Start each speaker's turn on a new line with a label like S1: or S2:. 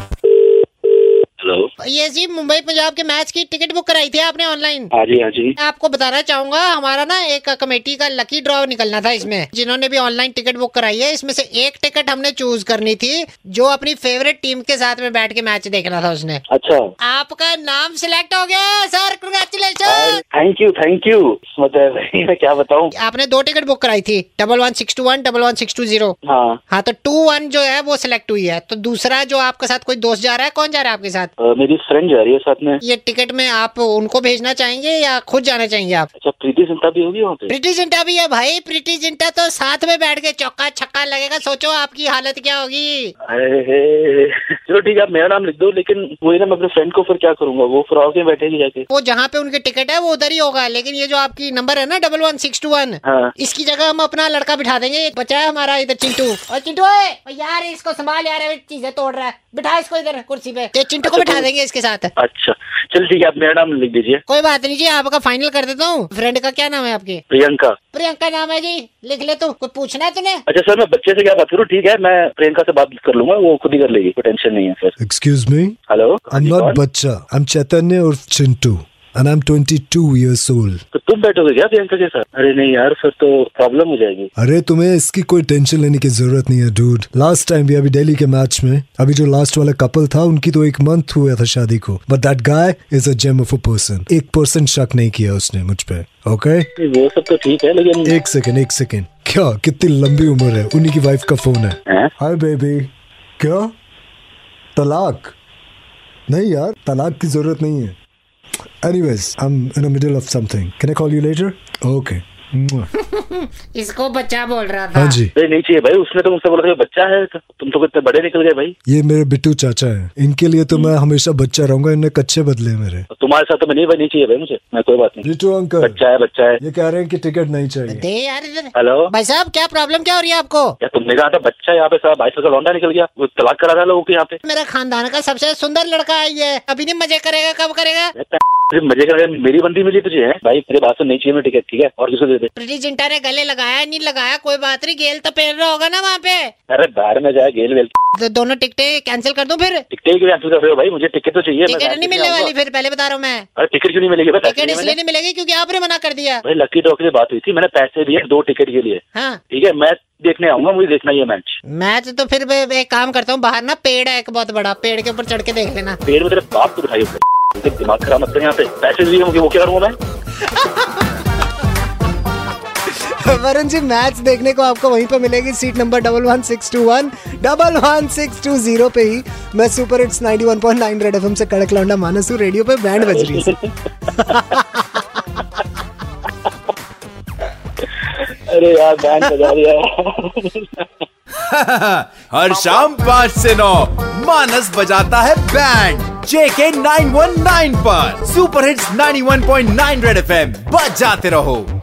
S1: Hello
S2: ये जी मुंबई पंजाब के मैच की टिकट बुक कराई थी आपने ऑनलाइन
S1: हाँ जी हाँ जी
S2: मैं आपको बताना चाहूंगा हमारा ना एक कमेटी का लकी ड्रॉ निकलना था इसमें जिन्होंने भी ऑनलाइन टिकट बुक कराई है इसमें से एक टिकट हमने चूज करनी थी जो अपनी फेवरेट टीम के साथ में बैठ के मैच देखना था उसने
S1: अच्छा
S2: आपका नाम सिलेक्ट हो गया है, sir congratulation
S1: thank you thank you मतलब मैं क्या बताऊँ
S2: आपने दो टिकट बुक कराई थी double one six two one double one six two zero
S1: हाँ
S2: हाँ तो टू वन जो है वो सिलेक्ट हुई है तो दूसरा जो आपके साथ कोई दोस्त जा रहा है कौन जा रहा है आपके साथ
S1: अ, मेरी फ्रेंड जा रही है साथ में
S2: ये टिकट में आप उनको भेजना चाहेंगे या खुद जाना चाहेंगे आप
S1: अच्छा प्रीति सिंता भी होगी वहाँ पे
S2: प्रीति जिंटा भी है भाई प्रीति जिंटा तो साथ में बैठ के चौका छक्का लगेगा सोचो आपकी हालत क्या होगी
S1: अरे हे। चलो ठीक है आप मेरा नाम लिख दो लेकिन वही ना मैं अपने फ्रेंड को फिर क्या करूंगा वो फिर आके बैठेगी जाके
S2: वो जहाँ पे उनकी टिकट है वो उधर ही होगा लेकिन ये जो आपकी नंबर है ना double one six two one
S1: हाँ
S2: इसकी जगह हम अपना लड़का बिठा देंगे एक बच्चा है हमारा इधर चिंटू और चिंटू ओए, ओ यार इसको संभाल यार ये चीजें तोड़ रहा है बिठा इसको इधर कुर्सी पे ये चिंटू को
S1: अच्छा,
S2: बिठा
S1: तो-
S2: देंगे इसके साथ
S1: अच्छा चल ठीक है आप मेरा नाम लिख दीजिए
S2: कोई बात नहीं जी आपका फाइनल कर देता हूँ फ्रेंड का क्या नाम है आपके
S1: प्रियंका
S2: प्रियंका नाम है जी लिख ले तू कुछ पूछना है तूने
S1: अच्छा सर मैं बच्चे से क्या बात करूँ ठीक है मैं प्रियंका से बात कर लूंगा वो खुद ही कर लेगी कोई टेंशन नहीं है sir
S3: Excuse me?
S1: Hello
S3: I'm
S1: जी,
S3: not
S1: कौन?
S3: Bacha. I'm Chaitanya or Chintu. And I'm 22 years old.
S1: तो तुम बैठोगे क्या प्रियंका के साथ अरे नहीं यार फिर तो प्रॉब्लम हो जाएगी
S3: अरे तुम्हें इसकी कोई टेंशन लेने की जरूरत नहीं है डूड लास्ट टाइम भी अभी दिल्ली के मैच में अभी जो लास्ट वाला कपल था उनकी तो एक मंथ हुआ था शादी को but that guy is a gem of a person एक परसेंट शक नहीं किया उसने मुझ पे ओके
S1: नहीं, वो सब तो ठीक है लेकिन
S3: एक सेकेंड एक सेकेंड क्या कितनी लंबी उम्र है उन्हीं की वाइफ का फोन है
S1: हैं?
S3: हाय बेबी क्या तलाक नहीं यार तलाक की जरूरत नहीं है anyways I am in the middle of something can I call you later okay
S2: इसको बच्चा बोल रहा था
S3: हाँ जी
S1: नहीं नहीं चाहिए भाई उसने तो मुझसे बोला था कि बच्चा है तो तुम तो कितने बड़े निकल गए भाई
S3: ये मेरे बिट्टू चाचा हैं इनके लिए तो मैं हमेशा बच्चा रहूंगा इनने कच्चे बदले हैं मेरे
S1: और तुम्हारे साथ तो मैं नहीं भाई नहीं चाहिए भाई मुझे मैं कोई बात नहीं
S3: बिट्टू अंकल
S1: बच्चा है बच्चा है
S3: ये कह रहे हैं कि टिकट नहीं चाहिए
S2: दे यार इधर
S1: हेलो
S2: भाई साहब क्या प्रॉब्लम क्या हो रही है आपको
S1: यार तुमने कहा था बच्चा है, यहाँ पे सारा बाईस साल का लौंडा निकल गया वो तलाक करा था लोगों के यहाँ पे
S2: मेरा खानदान का सबसे सुंदर लड़का है ये अभी नहीं मजे करेगा कब करेगा
S1: मैं तो तुझे मजे कर मेरी बंदी मिली तुझे है भाई मेरे बात से नहीं चाहिए मैं टिकट ठीक है और किसी को दे दे
S2: प्रीति जिंटा ने गले लगाया नहीं लगाया कोई बात नहीं गेल तो पहन रहा होगा ना वहाँ पे
S1: अरे बाहर में जाए गेल वेल
S2: तो दोनों टिकटें कैंसिल कर दूं फिर
S1: टिकटें ही क्यों कैंसिल कर रहे हो भाई मुझे टिकट तो चाहिए मैं
S2: टिकट
S1: बाहर
S2: नहीं
S1: से
S2: मिलने
S1: आऊंगा।
S2: वाली फिर पहले बता रहा हूँ मैं
S1: अरे टिकट क्यों नहीं मिलेगी भाई पैसे
S2: टिकट
S1: दिए
S2: इसलिए
S1: मैंने।
S2: नहीं मिलेगी क्योंकि आपने मना कर दिया
S1: भाई लकी ड्रॉ के लिए बात हुई थी मैंने पैसे दिए दो टिकट के लिए
S2: हाँ
S1: ठीक है मैच देखने आऊंगा मुझे देखना ही है मैच
S2: मैच तो फिर मैं मैं एक काम करता हूँ बाहर ना पेड़ है एक बहुत बड़ा पेड़ के ऊपर चढ़ के देख लेना
S1: पेड़ में तेरे बाप को बिठाई होगी दिमाग खराब मत कर यहाँ पे पैसे दिए मुझे वो क्या करूंगा मैं
S2: वरुण जी मैच देखने को आपको वहीं पर मिलेगी seat number double one six two one double one six two zero पे ही मैं super hits 91.9 one point nine red F से कड़क लौंडा मानसू रेडियो पे बैंड बज रही है
S1: अरे यार बैंड बजा दिया
S4: हर शाम पाँच से नौ मानस बजाता है band JK nine one nine पर सुपर हिट्स 91.9 रेड एफएम बजाते रहो